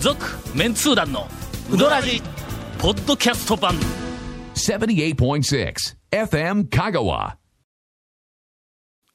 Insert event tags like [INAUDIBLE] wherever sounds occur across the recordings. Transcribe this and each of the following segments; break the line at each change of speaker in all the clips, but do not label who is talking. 続メンツー団のウドラジポッドキャスト版
78.6 FM Kagawa.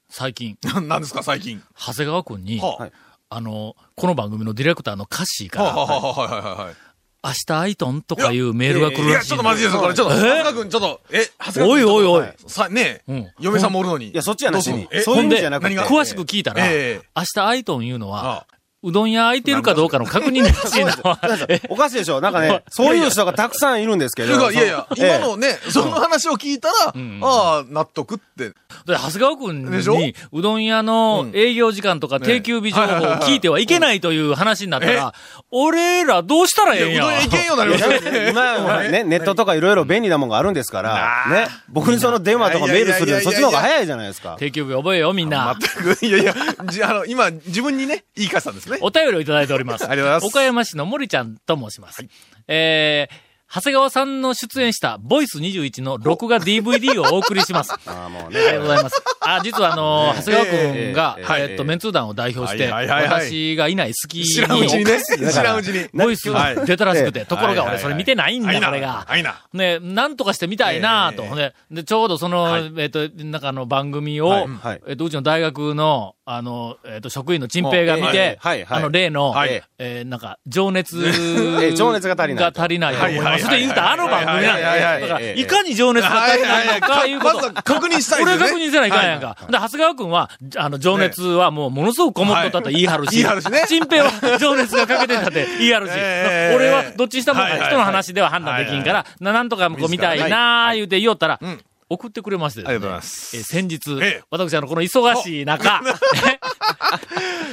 最近
ななんですか、最近。
長谷川君に、
はあ
あのこの番組のディレクターのカッシーから、
はあはあはあはいはいはい。
明日アイトンとかいうメールが来るらしい
いや、ちょっと
の
マジですこれ。ちょっと、長谷川君、ちょっと、え、長谷川君
おいおいおい
ちょっとさ、ね
う
え
ん、
嫁さんもおるのに。
いや、そっちやなしに
え。
そういう意味じゃなく
ほ
て。
んで
詳しく聞いたら、
ええ
明日アイトンいうのは
ああ、
うどん屋空いてるかどうかの確認らしいんだわ。 [LAUGHS] え
おかしいでしょなんかね、そういう人がたくさんいるんですけ
とい
ど。
うかいやいや、
ええ
今のね、その話を聞いたら、ああ、納得って。
で長谷川君
でしょ
に、うどん屋の営業時間とか定休日情報を聞いてはいけないという話になったら、俺らどうしたらええん
い
や
やうどん屋いけんようになりましたよね。
今はね、ネットとかいろいろ便利なもんがあるんですから、ね、僕にその電話とかメールするよりそっちの方が早いじゃないですか。
定休日覚えよ、みんな。
全く、いやいや、じゃあ、あの、今、自分にね、言い返したんですね。
お便りをいただいております。
[LAUGHS] ありがとうございます
岡山市の森ちゃんと申します。えー、長谷川さんの出演した、ボイス21の録画 DVD をお送りし
[LAUGHS]
ます。
ああ、もう
ありがとうご
ね。
ざいます。あ、実はあの、長谷川くんが、
え
え
えええ
ーっと、メンツー団を代表して、
はいはいはいはい
私がいない隙に、
知らんうちにね。知らんうちに。
ボイス
はい
出たらしくて、
ええ
ところが
はいはいは
俺
い
それ見てないん
あ
だ、
いな
これが。
あいな
ね、なんとかして見たいなと。
ええ
ねで、ちょうどその、
はい
えっと、なんかあの番組を、
はいはい
えっと、うちの大学の、あの、えっと、職員の陳平が見て、
はいはいはい
あの、例の、
はい
えーなんか、情熱
え情熱が足りない
が足りないと思います。で、言うたあの番組なん
はいはいはいは
だ
い
だか
はい
え
ら、
え
いかに情熱が足りないのか、いうこ
まず
と
は。確認したいで
俺
すよね。
が確認せないかんやんか。で、長谷川くんは、じあの、情熱はもうものすごくこもっとったと言い張るし、
[LAUGHS] はい言い張るしね
陳平は情熱が欠けてたって言い張るし、
ええ
俺はどっちにしたもん
はい
か
はい
人の話では判断できんから、ななんとかこう見たいなあ言うて言おったら、送ってくれましてですね
ありがとうございます
えー先日、
ええ
私、あの、この忙しい
[LAUGHS]
中、ね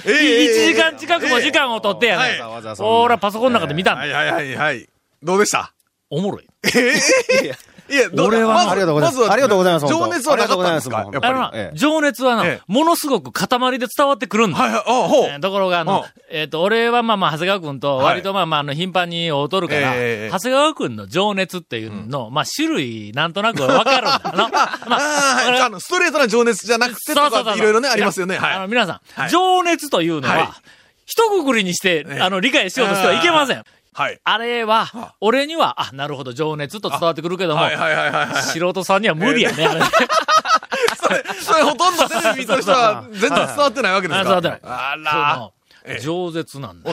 ええ
[LAUGHS]
ええ
1時間近くも時間を取ってや
はい
ね
わざ
わざ、そんな
ほら、パソコンの中で見たん
は
だ
いはいはいはい。どうでした
おもろい。
いや、ど
俺は
まず
ありがとうございます
ずは
ありがとうございます
情熱はなかったんです
あ
か
り
や
が
っ
と
ぱ
あ
り。
の
は
な
ええ
情熱はな、
ええ
ものすごく塊で伝わってくるんだ。
いはい、あほ
えー
う。
ところが、あの
うん、
えっ、と、俺はまあまあ、長谷川くんと、
はい
割とまあまあ、あの、頻繁に劣るから、
えー
長谷川くんの情熱っていうの、まあ、種類、なんとなくわかるんだ
[LAUGHS]
な。ま
あーはいあの、ストレートな情熱じゃなくてと
そうそうそ
か、
う
いろいろね、ありますよね。
いやあ
は
の、
い。
皆さん、
はい
情熱というのは、
はい
一括りにして、
え
あの、理解しようとしてはいけません。
はい。
あれは、俺には、あ、なるほど、情熱と伝わってくるけども、
はいはいはいはいはい。
素人さんには無理やね。あれね
それ、それほとんどテレビ見てる人は全然伝わってないわけですか
あ伝わってない
あ
そ
[LAUGHS] ら
の。饒舌なんだ。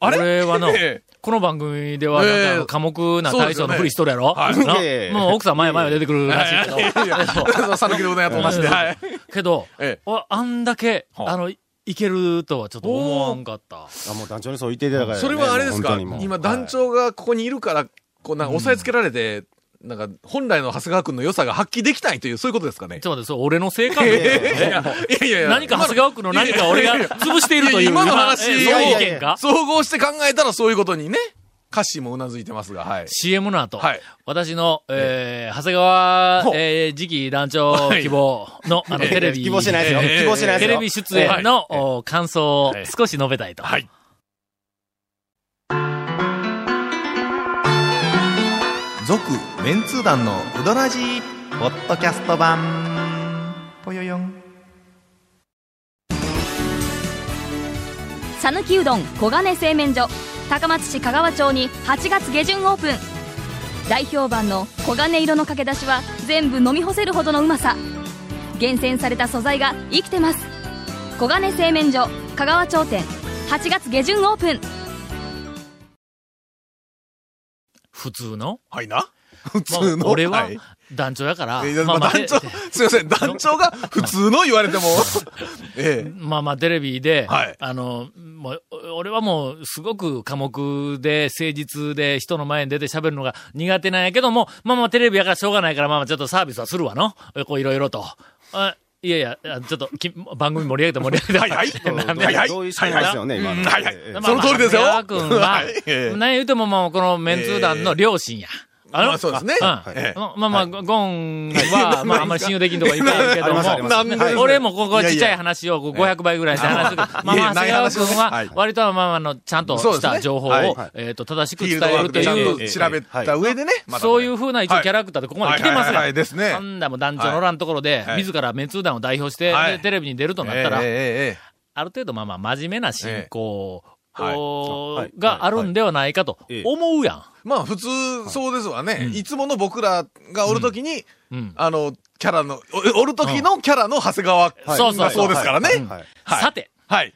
あれ、
俺はの
ええ
この番組では、なんか、寡黙な大将のふりしとるやろ、
そうですよ
な
はいええ
もう奥さん前々出てくるらしいけど。
いや、さぬきでうどん屋と同じで。はい。
けど、
ええ
おあんだけ、
はあ
あの、いけるとはちょっと思わんかった。
あもう団長にそう言っていただからね。
それはあれです
もう
か
本当にもう
今団長がここにいるから、こうなんか押さえつけられて、なんか本来の長谷川君の良さが発揮できないという、そういうことですかね
ち。ょっと待って、それ俺の性格
いやいやい
で。
やいや
何か長谷川区の何か俺が潰しているという。
今の話を
えそういう意見か
総合して考えたらそういうことにね、歌詞もうなずいてますが、はい。
CM の後、
はい
私の、えー、長谷川
ほう、
えー、次期団長希望の、あの、テレビ、
希望してないですよ。
ええ
希望してない
テ
です
レ
よ。
ビ出演の、お感想を
はい
少し述べたいと。
はい
続メンツー団のウドラジーポッドキャスト版ぽよよん
さぬきうどん黄金製麺所高松市香川町に8月下旬オープン大評判の黄金色のかけだしは全部飲み干せるほどのうまさ厳選された素材が生きてます黄金製麺所香川町店8月下旬オープン
普通の
はいな。普通
ま
の。
あ俺はい団長やから。
えーまあ団長、すいません、団長が普通の言われても、 [LAUGHS] ええ
[LAUGHS] まあまあ、テレビで、
はい
あの、もう、お俺はもう、すごく寡黙で、誠実で、人の前に出て喋るのが苦手なんやけども、まあまあ、テレビやからしょうがないから、まあまあ、ちょっとサービスはするわの。えこう、いろいろと。あいやいや、あちょっとき、番組盛り上げて盛り上げて。
はいは
[LAUGHS]
い
なんで
はいはい
同意してますよね、今の。
はいはい
ええ
まあ
その通りですよ
まあ長谷川
は
君
いえ
は、
え
何言うてももう、このメンツー団の両親や。あの
まあそうですね
ん
はいええ
まあまあ、ゴ
[LAUGHS]
ンは、まああんまり信用できんとこいっぱいあるけども、
ありますあります
なんで
俺もここはい
や
ち
い
っ
や
ちゃい話をこう500倍ぐらいして話すけど、まあ
い
ま
や
あ、
いや
長谷川
ない話を
君
ね
は
はい、
割とはまあまああの、ちゃんと
そう
し
ですね
た情報を、
はい
えっと、正し
フ
く伝
ィールド
え
ワー
る
ク
と
でちゃん
い
と
う、
調べた上でね、まだまだ
そういうふうな一応
はい
キャラクターでここまで来てます
はいはいは
ね
い。ですね
あんだもう団長の欄のところで、
はい
自らメンツー団を代表して、
はい
でテレビに出るとなった
ええ
ら、
ええええ
ある程度まあまあ真面目な進行を、
はい
おー
はい
があるんではないかと
いはい
思うやん。
まあ普通そうですわね、い、つもの僕らがおるときに、
うん
あの、キャラの、おおるときのキャラの長谷川
はい
君がそうですからね。
は
はいい。
はい
はい
さて、
はい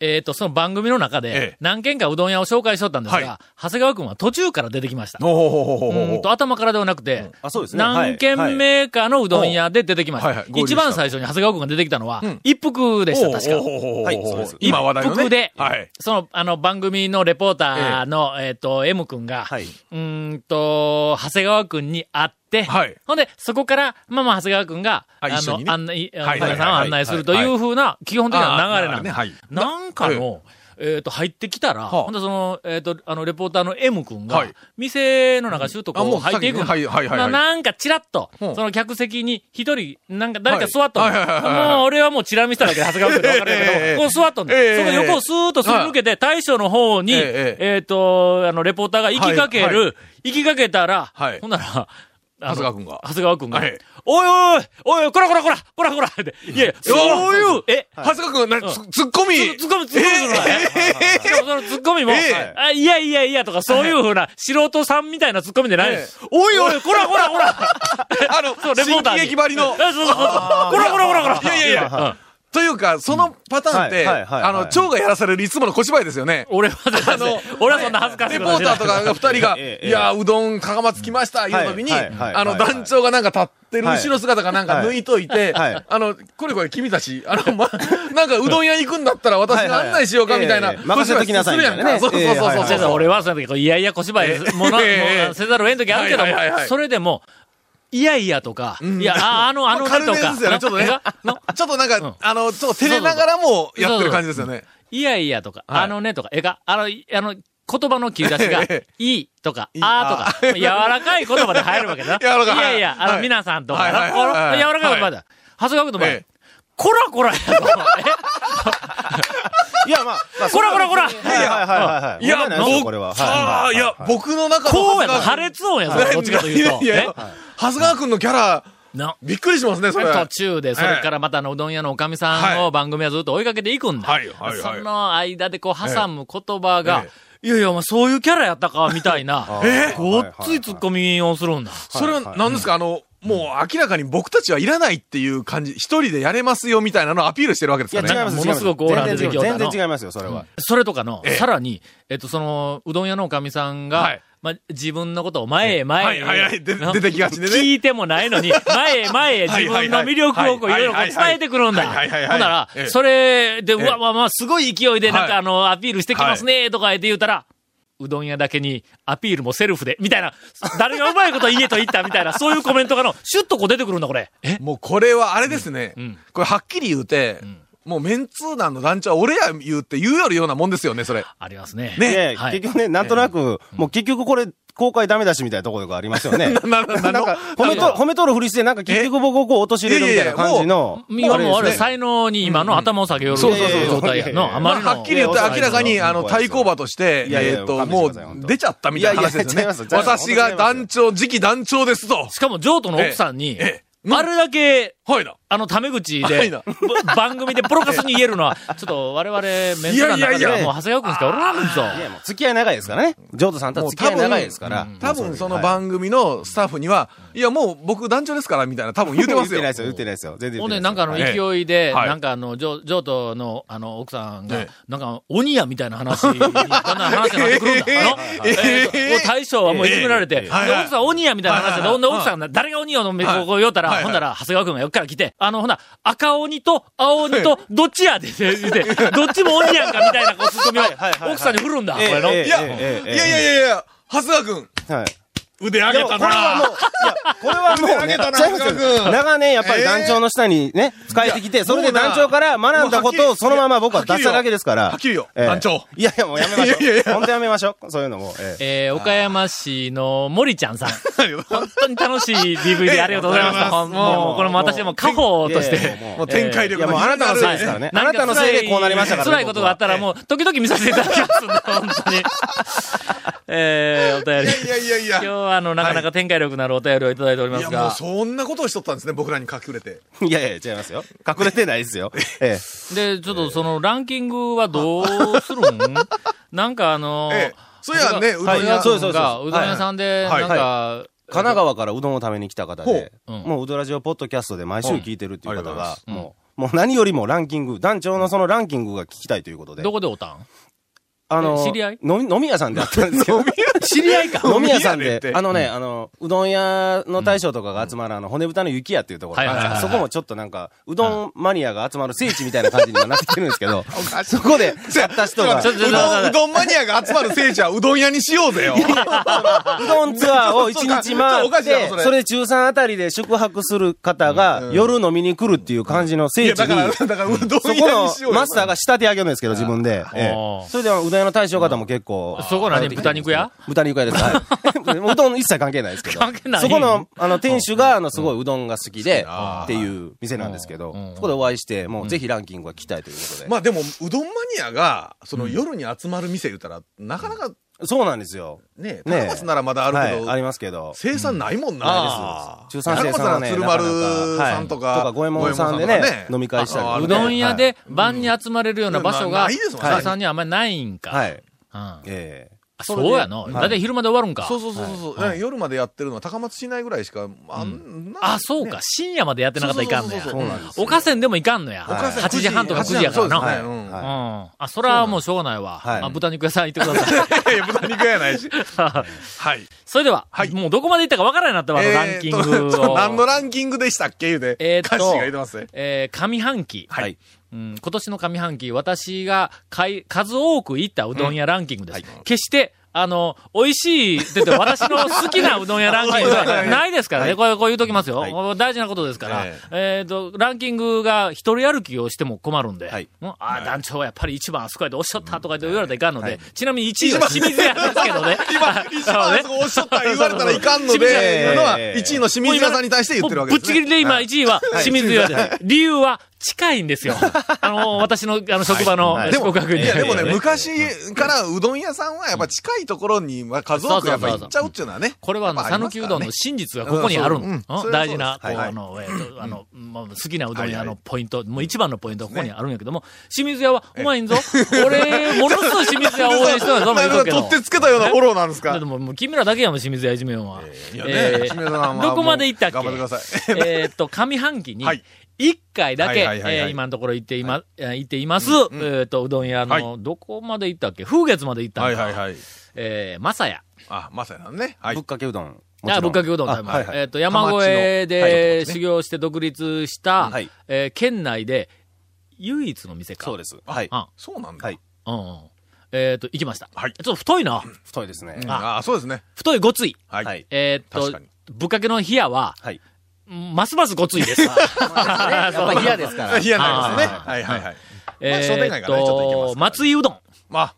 えっ、と、その番組の中
え
で
え、
何軒かうどん屋を紹介しとったんですが、
はい
長谷川くんは途中から出てきました。
ほうほうほうほうほう
うんと頭からではなくて、
あそうですねは
何
い
軒目かのうどん屋で出てきました。
はいはい合流
一
した
番最初に長谷川くんが出てきたのは、
ん
一服でした、確か。
ほうほうほうほうほう
はいそうです
今話題の
一服
ね。
で、
はい。
その、あの、番組のレポーターの、えっ、と、M 君が、
はいう
ーんと、長谷川君に会って、
はい
ほんで、そこから、まあまあ、長谷川君が、
あ一緒
の、
にね
案内、あの
はいはいは
皆
い
さんを案内すると
はい
い
は
うふうな、基本的な流れなんで
あー流れねはい
なんかの、えっ、と、入ってきたら、
あ
ほんで、その、えっ、と、あの、レポーターの M 君が、
はい
店の中、シュート
あ
こう
もう
入っていくの
先にねはいはいはいはい
ななんか、ちらっと、
う
そ
ん
の客席に一人、なんか、誰か座っとんの、
はいはいはいはいはい
もう、俺はもうチラ見しただけで、長谷川君で分かるんやけど、
ええ
こう座っとんねん、
ええ
その横をスーッとすり抜けて、大将の方に、
ええ
えっ、と、あの、レポーターが行きかける、
はいは
行きかけたら、
はい
ほんなら、あの
長谷川君が
長谷川君が、
はい
おいおいおいおい、こらこらこらこらこらって、いやいや、そういう、え、
長谷川君、な、ツツッコミ。
ツッコミ、ツッコミするのね。しかもそのツッコミも、
ええ
あいやいやいやとか、そういうふうな、素人さんみたいなツッコミじゃない
ええ
おいおい、こらこらこら
[LAUGHS] あの、
[LAUGHS] そう、レポー
新
ター
喜
に。
劇ばりの
え。そうそうそう。こらこらこらこら
いやいやいや
うん
というか、そのパターンっ
うん
て、
はいはいはいはい
あの、蝶がやらされるいつもの小芝居ですよね。
俺はだって、俺はそんな恥ずかしい
レ
こ
ポ
とはし
ータ
ない
ーとかが二人が、
ええ
いやー、うどん、かがまつきました、いうときに、
はいはいはい
あの、
はいはい
団長がなんか立ってる後ろ姿がなんか
はい
抜いといて、
はい
あの、これこれ君たち、あの、ま、なんかうどん屋行くんだったら私が案内しようかみたいな。
はいはいはいええ任せときなさいみたいなね
そうそうそうそう
ええはいはい
そう
違う違う俺はそうだけど、いやいや小芝居、もの、も
ええ
のせざるを得ん時あるけども
はいはいはいは、い
それでも、いやいやとか、いや、ああの、あのね
軽
と
め
か
ですよね、ちょっと、ね
なな。
ちょっとなんか、
ん
あの、ちょっと照れながらもやってる感じですよね。
いやいやとか、
はい
あのねとか、えが、あの、いあの、言葉の切り出しが、い
[LAUGHS] え
いとか、
い
あーとか、柔らかい言葉で入るわけだな。
[LAUGHS] 柔らかい
いやいや、あ
は
の、
い
皆さんとか
はいはい
な、
は
こ
いはい
の柔らかい言葉だ。長谷川君の
え
前
え、
こらこら
[LAUGHS]
やぞ
いや、まあ、まあ
えこらこらこら
はいはいはいはい。
いや
問題ないですよ
僕
これは。はい
ああ、いや、僕の中の
こうや
長
な、破
谷
裂音やぞ、
川
どっちかというと。
いやい
え
や長谷川くんのキャラ、
な
びっくりしますね、それ。
途中で、それからまたあのうどん屋のおかみさん
は
を
い
番組はずっと追いかけていくんだ。
はいはいはい
その間でこう挟む言葉が
え、
いやいや、お前そういうキャラやったか、みたい
[LAUGHS]
な、
え
ごっついツッコミをするんだ。
それは何ですか、あの、もう明らかに僕たちはいらないっていう感じ、一人でやれますよみたいなのをアピールしてるわけです
いや、
よ
違
ね。
います、
ものすごくオーラ出てきよったの
全然違いますよ、それは。
それとかの
え、え
さらに、えっと、その、うどん屋のおかみさん
は
が
い、
まあ、自分のことを前へ
は
前
い
へ。
はいはいで
な
出てきがちでね
聞いてもないの
[LAUGHS]
に、前へ前へ自
はいは
分
い
の
はい
魅力をこう、い
はい
ろいろこう
はいはいはい
伝えてくるんだ。
はいはいはいはい
ほんなら
え、え
それで、う
え
わ、まあまあ、すごい勢いで、なん
は
か
い
あの、アピールしてきますね、とか言って言うたら、うどん屋だけにアピールもセルフで、みたいな、誰がうまいこと言えと言ったみたいな、そういうコメントがの、シュッとこう出てくるんだ、これ。え
もうこれはあれですね。
ん
これはっきり言うて、もうメンツー団の団長は俺や言うって言うよりようなもんですよね、それ。
ありますね。
ね
で、
はい
結局ね、なんとなく、もう結局これ、公開ダメだしみたいなところがありま
[LAUGHS]
すよね。なん
ななな
か、褒めと、褒めとるふりして、なんか結局僕をこう陥れるみたいな感じの。
今もうあれ、
ですね
才能に今の頭を下げよる
そうそうそう
状態やの。あま
まあ、
りの。
はっきり言って明らかに、あの、
怖い
対
ですよ
抗馬として、
いやいや
えーっと、
勘弁して
も
ください本
う
当
出ちゃったみたいな話で
い
す
やい
よ
や
ね
違い。ます
私が団長、次期団長ですと。
しかも、ジョートの奥さんに
えええ、え
あれだけ、
はいな。
あの、タメ口
は
で、
いな
ば番組でポロカスに言えるのは、ちょっと我々、メンツの中
いやい
で
や
はい
や
もう長谷川君しかおらんぞ。
いや、もう付き合い長いですからね。ジョードさんとは付き合い長いですから。
多分その番組のスタッフには、いやもう僕団長ですからみたいな多分言うてますよ。
言ってないですよ、言ってないですよ。全然言
ほ
っ
ん
て
で、
な
ないん
です
かあ
よ
の、
ええ
勢いで、
はい
なんかあの、ジョ、ジョートの、あの、奥さんが
ええ、
なんか、鬼やみたいな話 [LAUGHS] に、だんだん話になってくるんだ。
ええ
あの、
え
え
え
ーともう大将はもういじめられて、
ええ
で、
はいはい
奥さん鬼やみたいな話
はい
で、
はい
ほんで、奥さんが、誰が鬼よの目こうこう言おうたら、
はいはい
ほんだら、長谷川くんがよっから来て、あの、ほな、赤鬼と青鬼と、どっちやで、って言って、どっちも鬼やんかみたいな、こう、ツッコミを
はいはい、はい
奥さんに振るんだ、こ
ええ
れの。
ええ
いや、い
ええええ
やいやいやいや、長谷川君、
はい。
腕上げたな。
これはもう、いや、これはもう、
腕
ね、
上げたな
ちゃいますよ
長谷川君
長年やっぱり団長の下にね、使えてきて、それで団長から学んだことをそのまま僕は出しただけですから。
はっきりよ
ええ
団長
いやいや、もうやめましょう。
いやいやいや
本当やめましょう。そういうのも。ええ
えー、岡山市の森ちゃん
[LAUGHS]
さん。本当に楽しい DVD ありがとうございました。
あ
ほ
りが
ん
とうございます
もう、これも私も家宝とし
いや
て
いやい。やもう
もう展開
い
力
や、もう
の
あなたのせいですからね。あなたのせいでこうなりましたからね。
辛いことがあったらもう、時々見させていただきますんで、本当に。えー、お便り。
いやいやいやいや
今日はは、あの、なかなか展開力のあるお便りをいただいておりま
い
す
や、
が。
もうそんなことをしとったんですね、僕らに隠れて。
いやいや、違いますよ。隠れてないですよ。ええ。
で、ちょっとそのランキングはどうするんなんかあのー
ええそういやね
長谷川
うどん屋そうそうそう
がうどん屋さんで、
はい
なんか、
神奈川からうどんを食べに来た方で、
ほううん
もううどラジオポッドキャストで毎週聞いてるっていう
うんあ
方
りが
が
と、
うございます
もう、もう何よりもランキング、団長のそのランキングが聞きたいということで。
どこでおったん
あの、
え知り合い
飲み飲み屋さんであったんですけど。
知り合いか
飲み屋さん
飲み屋でっ
で
て、
あのね、あの、うどん屋の大将とかが集まる、あの、骨豚の雪屋っていうところがあるんですけど、
はいはいはいはい
そこもちょっとなんか、うどんマニアが集まる聖地みたいな感じにはなってきてるんですけど、そこで、買った人が、
ちょ
う
ちょ
どん、うどんマニアが集まる聖地はうどん屋にしようぜよ。
うどんツアーを一日回
おか
っ
しいな
て、
それ
それで中3あたりで宿泊する方が、夜飲みに来るっていう感じの
い
聖
や、
地
だから、
に、
だからうど
そ
ん屋に
こ
しよ
の
うよ。
マスターが仕立て上げるんですけど、自分で。え
お
え
ー
それで、うどん屋の大将方も結構。
そこ何
あの
豚肉屋
豚肉屋です。はい。 [LAUGHS] うどん一切関係ないですけど。
関係ない
そこの、あの、店主が、あの、すごいうどんが好きで、っていう店なんですけ
う
ど
ん、
そこでお会いして、もうぜひランキングが来たいということで。
まあでも、うどんマニアが、その夜に集まる店言ったら、なかなか
そうなんですよ。
ね、
ね
高松ならまだあ
は
るけ
い、
ど、
ありますけど。
生産ないもんな。
中産生産はね、
高松なら鶴丸さんと
ななは
か、
いとか、五右衛門さんでね、飲み会したり。
あある
う
ね
どん屋
はい、
で晩に集まれるような場所が、
うんなないですもんね
長谷川さんにはあんまりないんか。
はい。
うんあ
ええ。
そうやの。
はい
だいたい昼まで終わるんか。
そうそうそうそう、だから夜までやってるのは高松市内ぐらいしか、あんな
あ、そうか。深夜までやってなかったらいかんのや。
そう
そうなんですよ。
おかせんでもいかんのや。
お母さん
8時半とか9時やからな。
そうですね。
は
う
い
ん
う
は
ん。
い
あ、それはもうしょうがないわ。
はい
まあ豚肉屋さん行ってくだ [LAUGHS] さい。
[LAUGHS] いやいや、豚肉
[LAUGHS]
やないし。はい。
それでは、
はい
もうどこまで行ったかわからないなったわ、あのランキング
えーと
を。
何のランキングでしたっけ言うて。
えーっと
歌詞が言うてますね。
えー上半期。
はい。
うん、今年の上半期、私が買い、数多く行ったうどん屋ランキングです。決して、あの、美味しいって言って、私の好きなうどん屋ランキングではないですからね。これ、こう言うときますよ。
はい
これ大事なことですから。
え
えっ、と、ランキングが一人歩きをしても困るんで。
はい
うんああ、団長はやっぱり一番あそこやでおっしゃったとか言って言われたらいかんので、ちなみに一位は清水屋ですけどね。
今、一番あそこ
[LAUGHS]
おっしゃった言われたらいかんの
清水屋
で、
えー
のは1位の清水屋さんに対して言ってるわけです、
も
ね。
うぶっちぎりで今1位は清水屋です。理由は近いんですよ。あの、私の、あの、職場の
はい
四国学院
いや、でもね、
ええ
昔からうどん屋さんはやっぱ近いところに、まあ、数多くやっぱ行っちゃうっていうのはね。
これはあの、
やっぱあり
讃
ま
岐
す
う
からね
どんの真実がここにある
うん
の
そううん。それは
大事な、こ、
そううですはい
あの、えっと、あの、まあ好きなうどん屋
はいは
の
い
ポイント、もう一番のポイントはここにあるんやけども、清水屋はうまいんぞ。俺、ものすごい清水屋を応援してたぞ、言うと
[LAUGHS] なん
くけ
か
ど
取ってつけたようなフォローなんです
だっ
か
て。もう、もう君らだけやもん、清水屋いじめよんは。
いや
え
ね、
ー
清水屋さんは
どこまで行ったっけ
もう頑張ってください。
えーっと、上半期に
はい、
一回だけ、
はいはいはいはい
えー今のところ行っていま、えー行っています、えーっと、うどん屋の、
は
どこまで行ったっけ風月まで行ったん
は
だ。
いはいはい。
えー、まさや。
あ、まさやね。はい
ぶっ。かけうどん。
あ、ぶっかけうどん食べま
あはい
す
はい
えーっと、山越え
田町のはい
で
とこですね
修行して独立した、
はい
えー県内で唯一の店か。
そうです。はい。
あ、
そうなんだ。
はい。
うんうん。えーっと、行きました。
はい
ちょっと太いな。
太いですね。
ああ、そうですね。
太いごつい。
はい。 [LAUGHS]
はい
えー
確
っ
か
と
に、
ぶっかけの冷やは、
はい。
ますますごついです。
[LAUGHS]
やっぱり嫌ですから。
嫌なんですね。
あ
はいはいはい。ま
え
あ商店
ー
街
っ
がねちょっと行けます
と、
から
松井うどん。
まあ、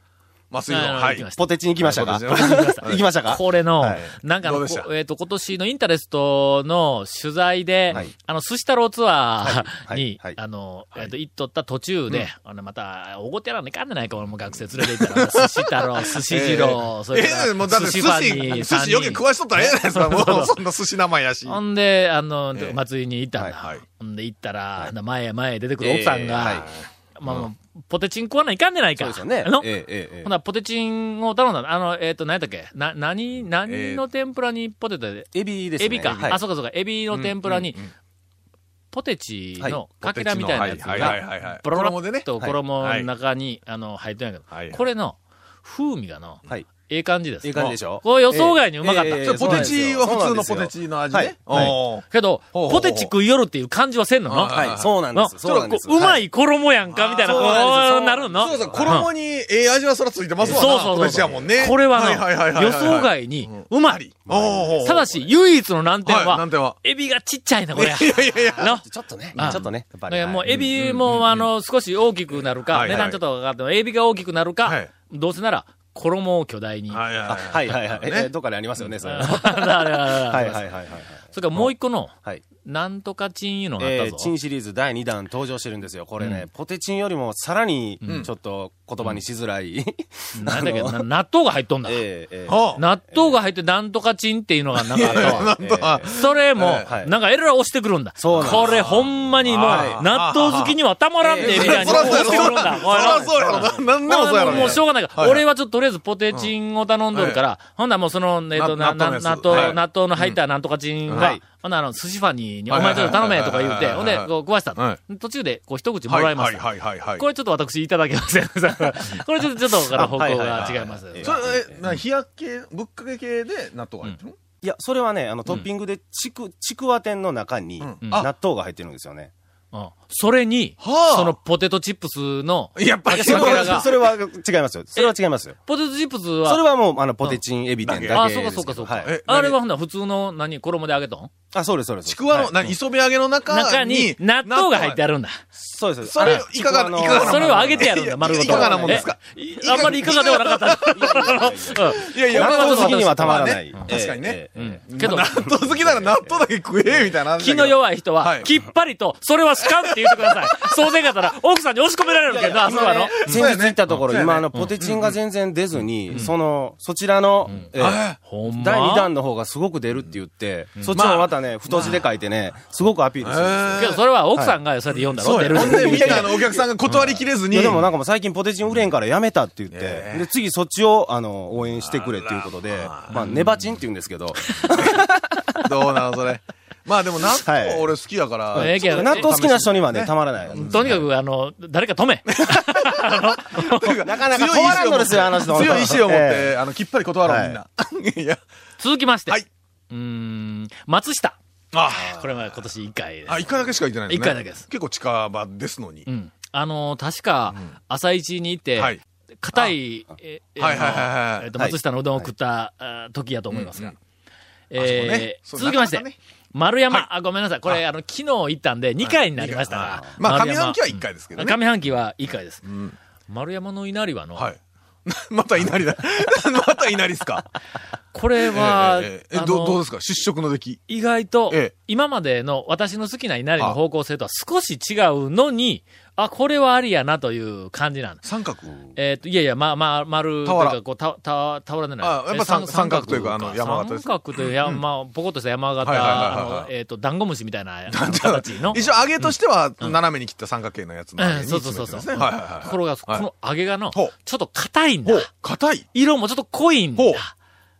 まあ、水
あ
道。
の
は
行き
い
ま。した
ポテチに行きましたか
そうですね
行きましたか
これの、
はい
なんかあの
どうでした
こえっ、と、今年のインタレストの取材で、
はい
あの、寿司太郎ツアー
はい
に、
はい
あの、えっ、と、行っとった途中で、あの、また、おごってやらんいかんでないか、俺も学生連れて行
[LAUGHS]
ったら、寿司太郎、寿司二郎、それから
ええ、もうだって
寿
寿
司
司、
ファンに
寿司余計食わしとったらええやないで
[LAUGHS]
すか。もうそんな寿司生やし。
ほんで、あの、
ええ
松井に行ったんだ。
はいはい
ほんで、行ったら、前へ前へ出てくる奥さんが、
ええはい
まあ、ポテチン食わないかんでないか。
そうですよね。
あの
ええええええ
ほな、ポテチンを頼んだのあの、えっ、と、何やったっけな、何、何
えー
の天ぷらにポテトで、
エビですね。
エビか。
はい
あ、そうかそうか。エビの天ぷらに、ポテチのかけらみたいなやつ
はいはいはいはい
が
はい、
ボロロ
衣で
ッ
ね
と衣の中に、あの、入ってないけど、
はいはい
これの、風味がの、
はい。
ええ感じです。
ええ感じでしょ
これ予想外にうまかった。
ええええ
それポテチは普通のポテ
そう
チの味ね。
はいはい
おー
けど、
ほうほうほ
ポ
う
テチ食いよるっていう感じはせんのの
あ
はい、そうなんです。
の
そうなんです。
ちょっとこううま
はい
衣やんか、みたいな、こ
そうなんですよ
うなるの
そうそう、衣にええ味はそらついてますわな。
そうそうそう
ポテチやもんね。
これは
いいい
の、
はい
予想。外にうまい。
おーおーおー
ただし、唯一の難点
はい
は
難、点は。
エビがちっちゃいな、これ。
いやいやいや。
[LAUGHS] の
ちょっとね
あ、
ちょっとね。やっぱ
だ
り
からもう
はい
エビも、あの、少し大きくなる
はい
か、
はい
値段ちょっと上がっても、エビが大きくなるか
はい、
どうせなら、衣を巨大に。 [LAUGHS]
はいはい
あ
は。
はいいはいはい。え
ね
えどっかにありますよね、それ。はいは
はい
はいはいはい。
[LAUGHS] それからもう一個の、
はい。
なんとかチンいうのがあっ
え
た
ーチ
ぞ
ン。シリーズ第2弾登場してるんですよ。これね、ポテチンよりもさらに、ちょっと、言葉にしづらい。
なんだっけな納豆が入っとんだ。
ええええ
は
納豆が入ってなんとかチンっていうのがなんかあったわ。
あ。なんとは
それも、
はい
なんかえらい押してくるんだ。
そうなんです
これほんまにもう、
はい
納豆好きにはたまらんで、みたいに
そら
押
そうやろ
してくるんだ。
そらそうやろ。なんでもそうやろ。
もうしょうがないから、
はい
俺はちょっととりあえずポテチンを頼んどるから、ほんならもうその、えっ、と、な
な
な
納豆のやつ
納豆、
はい
納豆の入ったなんとかチンが、
はい
ほんならあの、寿司ファニーに、
はい
お前ちょっと頼めとか言うて、
はい
ほんで、こう食わした、
は
途中で、こう一口もらいました。
はいはいはいはいはい。
これちょっと私いただけません。 [LAUGHS] これちょっと、ちょっと、あの方向が違います。
それ、えな日焼け、ぶっかけ系で納豆が入ってるの
いや、それはね、あの、トッピングで、ちく、ちくわ天の中に、
うん
あ
納豆が入ってるんですよね。
うんそれに、
はあ
そのポテトチップスの、
やっぱ
いや
り、
それは
そそれは違いますよ。それは違いますよ。
ポテトチップスは、
それはもう、あの、ポテチンエビ天だけですけど。
あ、そうかそうかそうか。
はい
え
あれはほんなら普通の何衣で揚げとん
あ、そうです、そうです。
ちくわの、
はい
な磯辺揚げの中
中
に
に、納豆が入って
ある。
あるんだ。
そうです。
それ
あの
いかが
ちくわの
いかがな
それを揚げてやるんだ、丸ごと。
いかがなもんですか
えいあんまりいかがではなかった。
いやいや、
納
まあ
豆好きにはたまらない。
まあね確かにね
ええ。ええ
うんけど
納、豆好きなら納豆だけ食え、みたいな話だけ
気
ど。
の弱い人
は
は、
い
きっぱりと、それはしかんって言ってください。そうでんかったら、奥さんに押し込められるけどな、そうなの。
先日行ったとこ
そう
ろ、
やね
今、あの、ポテチンが全然出ずに、その、そちらの、ええ
あ
ほんま。
第2弾の方がすごく出るって言って、そっちもまたね、太字で書いてね、すごくアピールするんですよ。
えー
けど、それは奥さんがそれで読んだろ、
そう
出
や
る
ね。ほんで、みんなあのお客さんが断りきれず
い
に。
やでもなんかもう最近ポテチン売れんからやめたって言って、
ええ
で、次そっちを、あの、応援してくれっていうことで、まあ、ネバチンって言うんですけど、
どうなの、それ。まあでも納
は
豆
い
俺好きやから。
ええけど
納豆好きな人にはね、たまらない。
とにかく、あの、誰か止め。
なかなか困らんのですよ、あの人。
強い意志を持って、
え
あの、きっぱり断ろう、
はい
みんな。いや、
続きまして。
はいう
ーん、松下。
あ
これは今年1回です
あ、。一回だけしか行ってないんです
一
ね。
回だけです
結構近場ですのに
う。ん。あのー確か、朝一に行って、
はい。
硬い、え、え
はいはいはいはい
えっと、
はい
松下のうどんを食った、あー時やと思いますが。
あそこ
え
ね
ー
そう
続きまして
なかなか、
丸山、あ、ごめんなさい。これ、あの、昨日行ったんで、2回になりましたが。
まあ、
丸
上
山
半期は一回ですけど
うん
ね。
上半期は1回です。丸山の稲荷はの、
はい。 [LAUGHS] また稲荷だ。 [LAUGHS] また稲荷っすか。
これは、
えええええ
あの
どどうですか出色の出来。
意外と
ええ、
今までの私の好きな稲荷の方向性とは少し違うのに、あ、これはありやなという感じなんです。
三角。
えっ、と、いやいや、まあ、まあ、丸という
俵
か、こう、た、た、倒らない。
あやっぱ三
えー
三角というかあの山形です
三角という、や、まあ、ポコッとした山形、
はいはいはいはい
あの、えっ、と、ダンゴムシみたいなあの形の。
[LAUGHS] 一応揚げとしては、斜めに切った三角形のやつの揚
え
げ
え
に
そうそうそう
詰
そ
め
う。
てるんですねはいはいはい。
ところが、こ
はい
の揚げがの、ち
ほ
ょ
う
っと硬いんだ
ほ。う、硬い。
色もちょっと濃いんだ
ほう。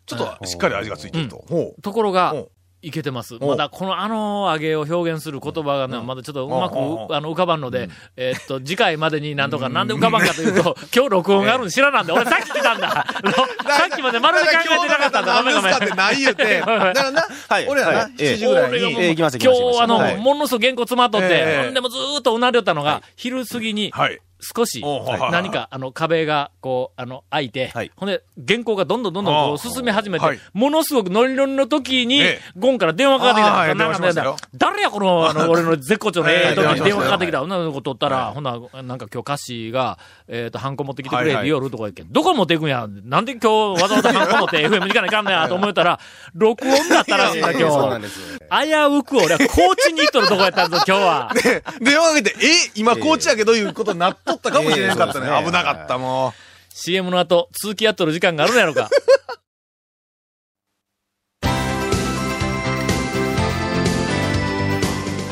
ちょっとしっかり味がついてると。ほう。
ところが
ほう、
いけてます。
う
まだ、このあの揚げを表現する言葉がね、まだちょっとうま
うんうんう
く、あの、浮かばんので、えっと、次回までになんとか、なんで浮かばんかというと、今日録音があるの知らなんで、俺さっき来たん
[LAUGHS]
だ。のさっきまでまるで考えてなかったんだ。ごめん [LAUGHS] ごめん。
だから今日の中で何ですかってない言うて。だからな、
はい
俺らな、
はいええ
7時ぐらい
俺が
に
もう。
えー行きました行き
今
ました
日、あの、
はい
ものすごく原稿詰まっとって、
ええ
ほんでもずーっとうなりよったのが、昼過ぎに、
はい。
少し、
おうはいはい
何か、あの、壁が、こう、あの、開いて、
はい
ほんで、原稿がどんどんどんどんこう
ああ
進み始めて、
はい
ものすごくノリノリの時に、
ええ
ゴンから電話かかってきた
ああはい
なんか
電話しましたよ
誰や、この、あの、俺の絶好調のええ時に電話かかってきた。
は
女の子取ったら、ほな、なんか今日歌詞が、えっ、と、ハンコ持ってきてくれって夜とか言って、どこ持っていくんや。なんで今日わざわざハンコ持って FM に行かないかんのやと思ったら、録音だったらしいんだ、今
えそうなん
日。
です。
危うく俺は高知に行っとるとこやったんぞ、今日は。
で、 [LAUGHS] 電話かけて、え今コーチやけどいうことになっとったかもしれなかったね。
ええそうです
危
ね
なかった、も
CM の後、続きやっとる時間があるのやろか。 [LAUGHS]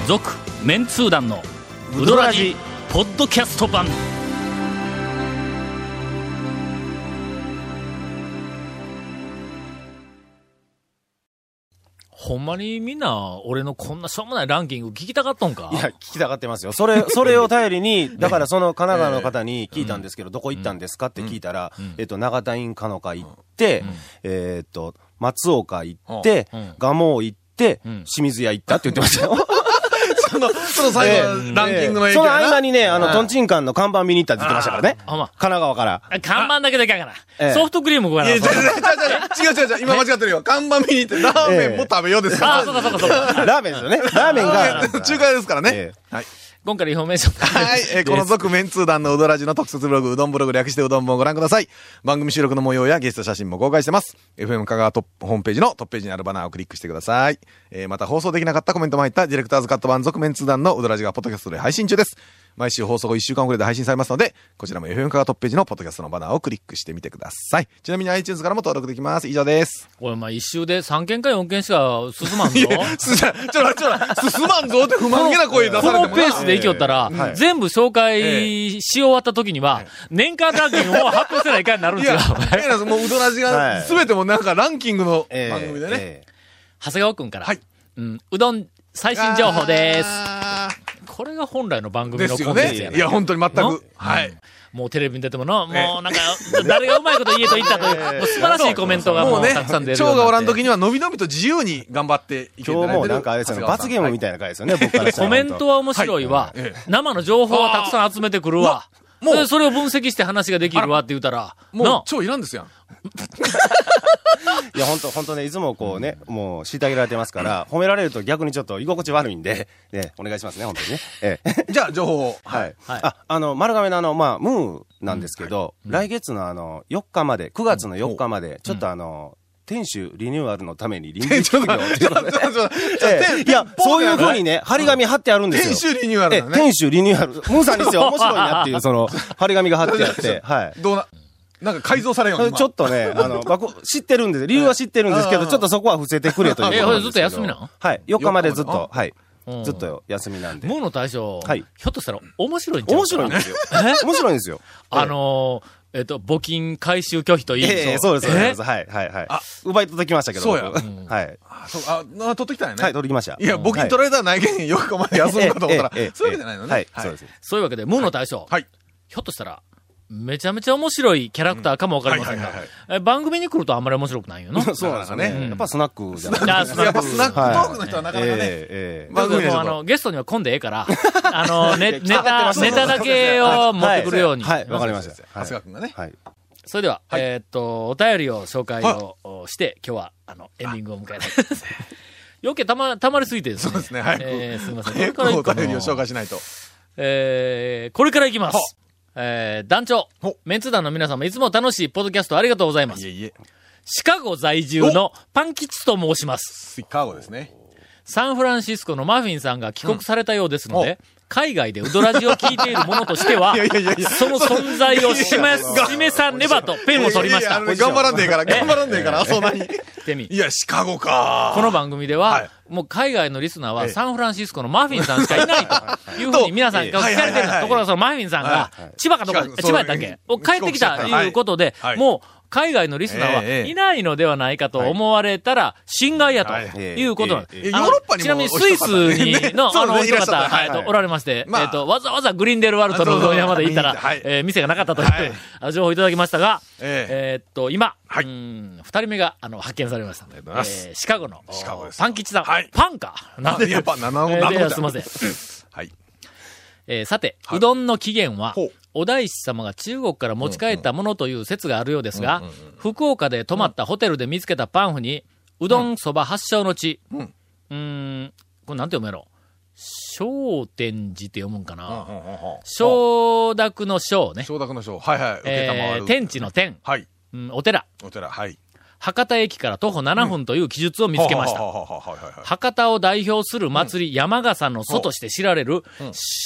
続、メンツー団の、ウドラジ、ポッドキャスト版。ほんまにみんな、俺のこんなしょうもないランキング聞きたかったんか
いや、聞きたがってますよ。それ、それを頼りに、だからその神奈川の方に聞いたんですけど、どこ行ったんですかって聞いたら、えっと、長田院かのか行って、えっと、松岡行って
うん、
蒲生行って
うん、
清水屋行ったって言ってましたよ。
う。その、その最後のランキングの影
そ
響
の
や
合
な
間にね、あの、トンチンカンの看板見に行ったって言ってましたからね。
あほんま
神奈川から。
あ看板だけでいかんかな、
ええ
ソフトクリーム食わ
い
な
[LAUGHS] や、違
あ
う
かん
違う違う違う違う違う、今間違ってるよ。看板見に行って、ラーメンも食べようです
あ
か
あ、そうかそうかそうか。
ラーメンですよね。ラーメン
ら。
が
[LAUGHS] 中華屋ですからね
え。
はい。
今回のインフォメーション。
はい。えーこの続メンツー団のうどらじの特設ブログ、うどんブログ略してうどんもご覧ください。番組収録の模様やゲスト写真も公開してます。FM 香川トップホームページのトップページにあるバナーをクリックしてください。えーまた放送できなかったコメントも入ったディレクターズカット版続メンツー団のうどらじがポッドキャストで配信中です。毎週放送後1週間遅れで配信されますので、こちらも FM 香川トップページのポッドキャストのバナーをクリックしてみてください。ちなみに iTunes からも登録できます。以上です。
これ、まあ、一周で3件か4件しか進まんぞ。
すちょ、ちょ、ちょ、進まんぞって不満げな声出
こ
されて
の
も
ペ
な
ー。スでいきよったら、全部紹介し終わった時には、年間ランキングを発表せないかになるん
い
です
や
よ。、
変な、もううどなじ
は
が、
い
すべてもなんかランキングの
ええ
番組でね。
ええ
[LAUGHS] 長谷川くんから、
はい
うん、うどん最新情報です。
あ
これが本来の番
ー
組
で
の
す
コ
よ
ンテンツや
ね。
ない
や、本当に全
の
く。はい。
もうテレビに出てもの、
ええ [LAUGHS]
もうなんか、誰がうまいこと言えと言ったという、もう素晴らしいコメントがも
もう
う
ね
たくさん出、るよう
蝶
になって。
がおらん時には、のびのびと自由に頑張っていけ
今日もうなんかあれですよね、罰ゲームみ
たい
たいな回ですよね、僕からしたら
コメントは面白いわ
はいええ。
生の情報はたくさん集めてくるわ。
もう
でそれを分析して話ができるわって言うたら、
な。もう
の、
蝶いらんですやん。
いや、本当本当ね、いつもこうね、もう虐げられてますから、褒められると逆にちょっと居心地悪いんで、ね、お願いしますね、本当に [LAUGHS] ね。ええ。
じゃあ、情報を。
はい。
はい
あ、あの、丸亀のあの、まあ、ムーなんですけど、来月のあの、4日まで、9月の4日まで、ちょっとあの、店主リニューアルのために臨 [LAUGHS] 時休業っていうのでええいや、そういうふうにね、張り紙貼ってあるんですよ。
編集リニューアル
ええ
だね。
店主リニューアル。ムーさんですよ、面白いなっていう、その、張り紙が貼ってあ [LAUGHS] って、はい。
どうな、なんか改造されんよう
ちょっ
今
とね、あの、まあこ知ってるんです。理由は知ってるんですけど、ちょっとそこは伏せてくれということなんですけど。
えずっと休みなの
はい。4日までずっ
四日ま
と、はい
うん。
ずっと休みなんで。
ムーの大将、
はい
ひょっとしたら面白いんちゃうか
面白いんですよ。面白いんですよ。
あのー、えっと、募金回収拒否といい
ええ、そうです、そうです。はい、はい、はい
あ。
奪い取ってきましたけど。
そうや
僕はい。
あ、そうあ、な取ってきたんやね。
はい、取ってきました。
いや、募金取られたらないけん、よくまで休むかと思ったら
ええええええ、
そういうわけじゃないのね。
はい、そうです。
そういうわけで、ムーの大将、
はい。
ひょっとしたら、めちゃめちゃ面白いキャラクターかもわかりません
うんはい
が
はい、
え番組に来るとあんまり面白くないよな。
そうなんですよ
う
ね。やっぱスナックじゃない
じゃあ、
やっぱスナックトークの人はなかなかね、
ええええ
番組でちょ
もう
っ
あ
と
の、ゲストには来んでええから、あの、ねネ
いや
タ、
そうそう
ネタだけを持ってくるように。
はい、わかりました。は
長谷
い
川君がね。
はい。
それでは、
はい
えーっと、お便りを紹介をおして、今日は、あの、エンディングを迎えたいと思います。余計たま、たまりすぎてですね。
そうですね早く
えーすみません。これ
結
から
構
行
お
くの
便りを紹介しないと。
えーこれからいきま
は
す。えー団長
ほ、
メンツ団の皆様、いつも楽しいポッドキャストありがとうございま
い
す。
えいえ、
シカゴ在住のパンキチと申します。
スイカーゴですね。
サンフランシスコのマフィンさんが帰国されたようですので、
うん
海外でウドラジを聞いている者としては、
いやいやいやいや
その存在を示す、示さねばとペンを取りまし
いや
た。
いやいやあの頑張らんでええから、
え
頑張らんでええから、そんなに。
テミ
いや、シカゴか。
この番組では、
はい
もう海外のリスナー
え
は
え
サンフランシスコのマフィンさんしかいない
[LAUGHS]
というふうに皆さんから聞かれてるんです
はいはいはいはい
ところがそのマフィンさんが
はい
千葉かどこか、
そう
千葉やったっけ
そう
を帰ってきたということで、
はいはい
もう海外のリスナ
え
ー
えええ
はいないのではないかと思われたら侵害やと
はい
いうことなんです。
え
ええええ
あの
ヨーロッパにも
ちなみにスイス
ね
にの、
[LAUGHS] そ
あ
うね
の、お
い
人
らっしゃった
方、
は
はいいとおられまして、
まあ
えっと、わざわざグリーンデルワルトのうどん屋まで行った
あ
ら
そうそうはい、
えー店がなかったという
はい、
[LAUGHS] あ情報をいただきましたが、
ええ
えーっと、今、う
はい
ーん二人目が、あの、発見されました。え
とうございます
ーシカゴの、
シカゴです
パン吉さん。
はい
パンか。なんで
いやパンなな
[LAUGHS] えー
なんで
いやすいません。
[LAUGHS] はい。
えーさて、
はいう
どんの起源は
ほう、
お大師様が中国から持ち帰ったものという説があるようですが、福岡で泊まったホテルで見つけたパンフに、うどんそば発祥の地、うんん、ん、これなんて読めろ。商天寺って読むんかな。承諾の承ね。
承諾の章。はいはい。受けたまわ
え
る。
ー天地の天、
はい。
うんお寺、
お寺、はい。
博多駅から徒歩7分という記述を見つけました。
ははははははいはいはい。
博多を代表する祭り、山笠の祖として知られる、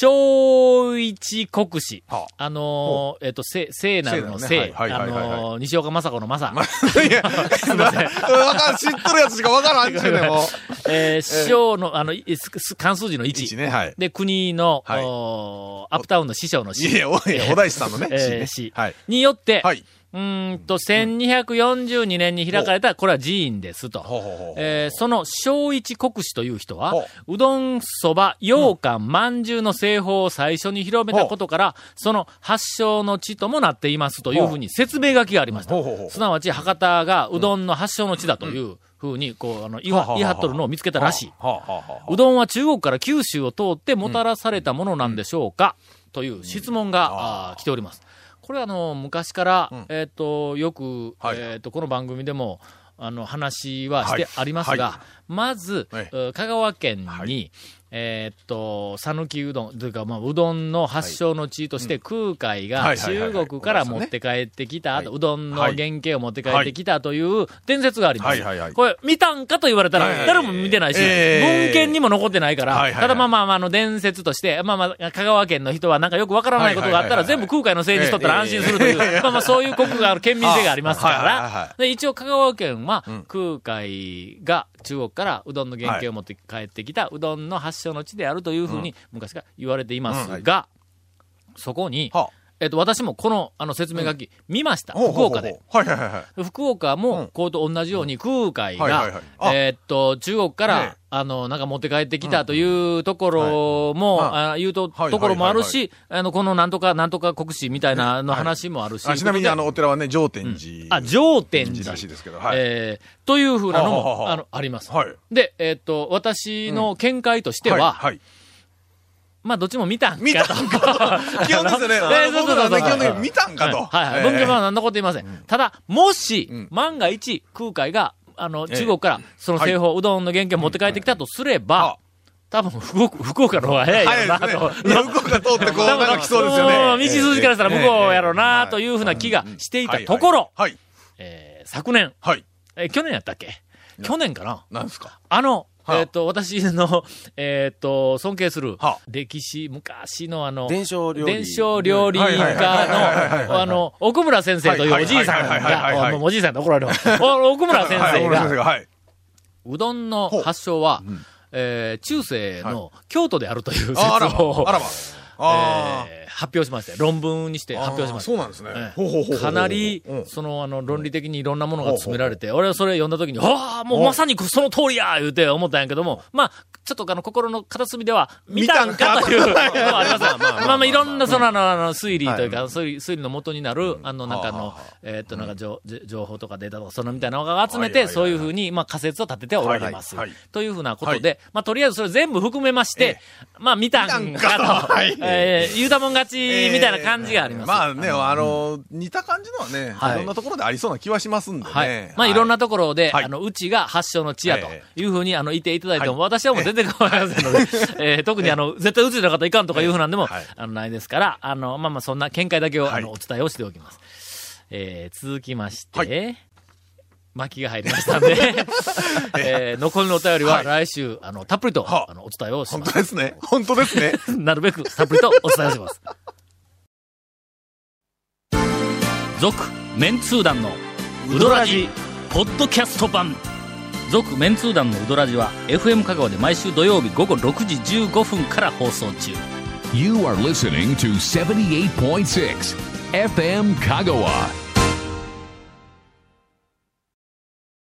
小一国史。
は
あのーえっと、せ、聖なるの聖、
聖な
あ
るねはいはいはいはい
のー西岡雅子の雅。
いや、わかん、知っとるやつしかわからんちゅう
[LAUGHS]
ねん、もう。
えー、小の、あの、いすす漢数字の
一
1。
ね、はい。
で、国の、
はい
おーアップタウンの師匠の
い
師。
や、おいや、お大師さんのね、
えー
ね
詩
はい。
によって、
はい。
うーんと、1242年に開かれた、これは寺院ですと。
ほうほうほうほう
えーその、小一国史という人は
ほ、
うどん、そば、羊羹、饅頭の製法を最初に広めたことから、その発祥の地ともなっていますというふうに説明書きがありました
ほうほうほ。う
すなわち、博多がうどんの発祥の地だというふうに、こう、あの、言
はあは
わ
あ
言い張っとるのを見つけたらしい。
はあはあはあ
うどんは中国から九州を通ってもたらされたものなんでしょうか、という質問が、あー来ております。これはあの、昔から、えっ、と、よく、
はい
えっ、と、この番組でも、あの、話はし
は
て
い
ありますが、
は
まず、
はいう
香川県に、えーっと、讃岐うどん、というか、まあ、うどんの発祥の地として、空海
は
が
いはいはいはい
中国から持って帰ってきた、うどんの原型を持って帰ってきたという伝説があります。
はいはいはい
これ、見たんかと言われた
はいは
ら、
い
誰も見てないし、
えー
文献にも残ってないから、
はいはいはい
ただまあまあまあ、あの、伝説として、まあまあ、香川県の人はなんかよくわからないことがあったら、
はいはいはい
全
は
部
い
空海のせいにしとったら安心するという、 [LAUGHS] まあまあ、そういう国がある、県民性がありますか
あはいはいはいは
ら、で一応香川県は、空海が中国からうどんの原型を持って帰ってきた、うどんの発祥の地であるというふうに、昔から言われていますが、そこに、
はあ
えっと、私もこの、あの、説明書き、見ました。
ほう
福
ほうほう
岡で。。
はいはいはいはい。
福岡も、こうと同じように空海
はいはい
が
はい、あ
えーっと、中国か
はい
ら、あの、なんか持って帰ってきたというところ
は
も
い、
あ言うと、
はいはい
ところもあるし、あの、このなんとか、なんとか国史みたいなの話もあるし。
あちなみにあのお寺はね、上天
うん
寺。
あ、上天
ら
寺
しい。ですけど。はい。
えーというふうなの
はあはあ
も、
はあ
あの、あります。
はい。
で、えーっと、私の見解として
はい
は、
はい。
まあ、どっちも見たん
見
か
たん
と。
かと。基本ですよね。
えーそうそうそう
僕らはね基本的に見たんかと。
はいはい。
えー
文献は何のこと言いません。ただ、もし、
ん
万が一、空海が、あの、
ええ
中国から、その製法、うどんの原型を持って帰ってきたとすれば、多分、福岡、福岡の方が早い
早
やろ
いで
な
すね。
と。
いや向こうが通ってこう、なんか来そうですよ
うん
ね。
道筋からしたら向こうやろうなというふうな気がしていたところ、
はい。
えー昨年、
はい。
えー去年やったっけ去年かな
なんですか
あの、
はあ
えっ、と、私の、えっ、と、尊敬する
はあ、
歴史、昔のあの、
伝承料理
伝承料理家
はいはいはいはいはいはい
の、あの、奥村先生というおじいさん
はいはいはいはいはいは
が、
い
おおじいさんと怒られるわ。
[LAUGHS]
お奥村先
はい
生
はいはい
が、
はい。
うどんの発祥は、えー中世の京都であるという説
ああら
を
ま。あらま。あ
えー発表しまして、論文にして発表しました。
あーそうなんですね
ええ
ほうほうほうほう
かなり
う、ん
その、あの、論理的にいろんなものが詰められて、俺はそれ読んだ時に、ああ、もうまさにその通りや言うて思ったんやけども、まあ、ちょっとあの、心の片隅では、見たんかという [LAUGHS] のはありますが、まあまあ、いろんなその、あの、あの推理というか、推理、推理の元になる、あの、なんかあの、えーっと、なんか情、情報とかデータとか、そのみたいなのが集め
はい
て、
はいはいはい
そういうふうに、まあ、仮説を立てておられます
はいはいはい。
というふうなことで、まあ、とりあえずそれ全部含めまして、まあ、見たんかと、えー言うたもん勝ちみたいな感じがあります。
まあね、あの、似た感じのはね、
はい
いろんなところでありそうな気はしますんでね。
はい。まあ、いろん
な。
なところで、
はい
あの、うちが発祥の地やと
え
いうふうに、あの、言っていただいても、
は
私はもう全然構いませんので、 [LAUGHS] えー特にあの、絶対うちの方いかんとかいうふうなんでも、
はい
あの、ないですから、あの、まあまあ、そんな見解だけを、
はい
あの、お伝えをしておきます。えー続きまして、
は
巻きが入りましたん
[LAUGHS]
で、 [LAUGHS] えー残りのお便りは来週、あの、たっぷりと、
は
あの、お伝えをし
本
ま
当
す。
ですね。本当ですね。
[LAUGHS] なるべくたっぷりとお伝えをします。続、メンツー団の、ウドラジ、ポッドキャスト版。続、メンツー団のウドラジは、FM 香川で毎週土曜日午後6時15分から放送中。
You are listening to 78.6 FM Kagawa.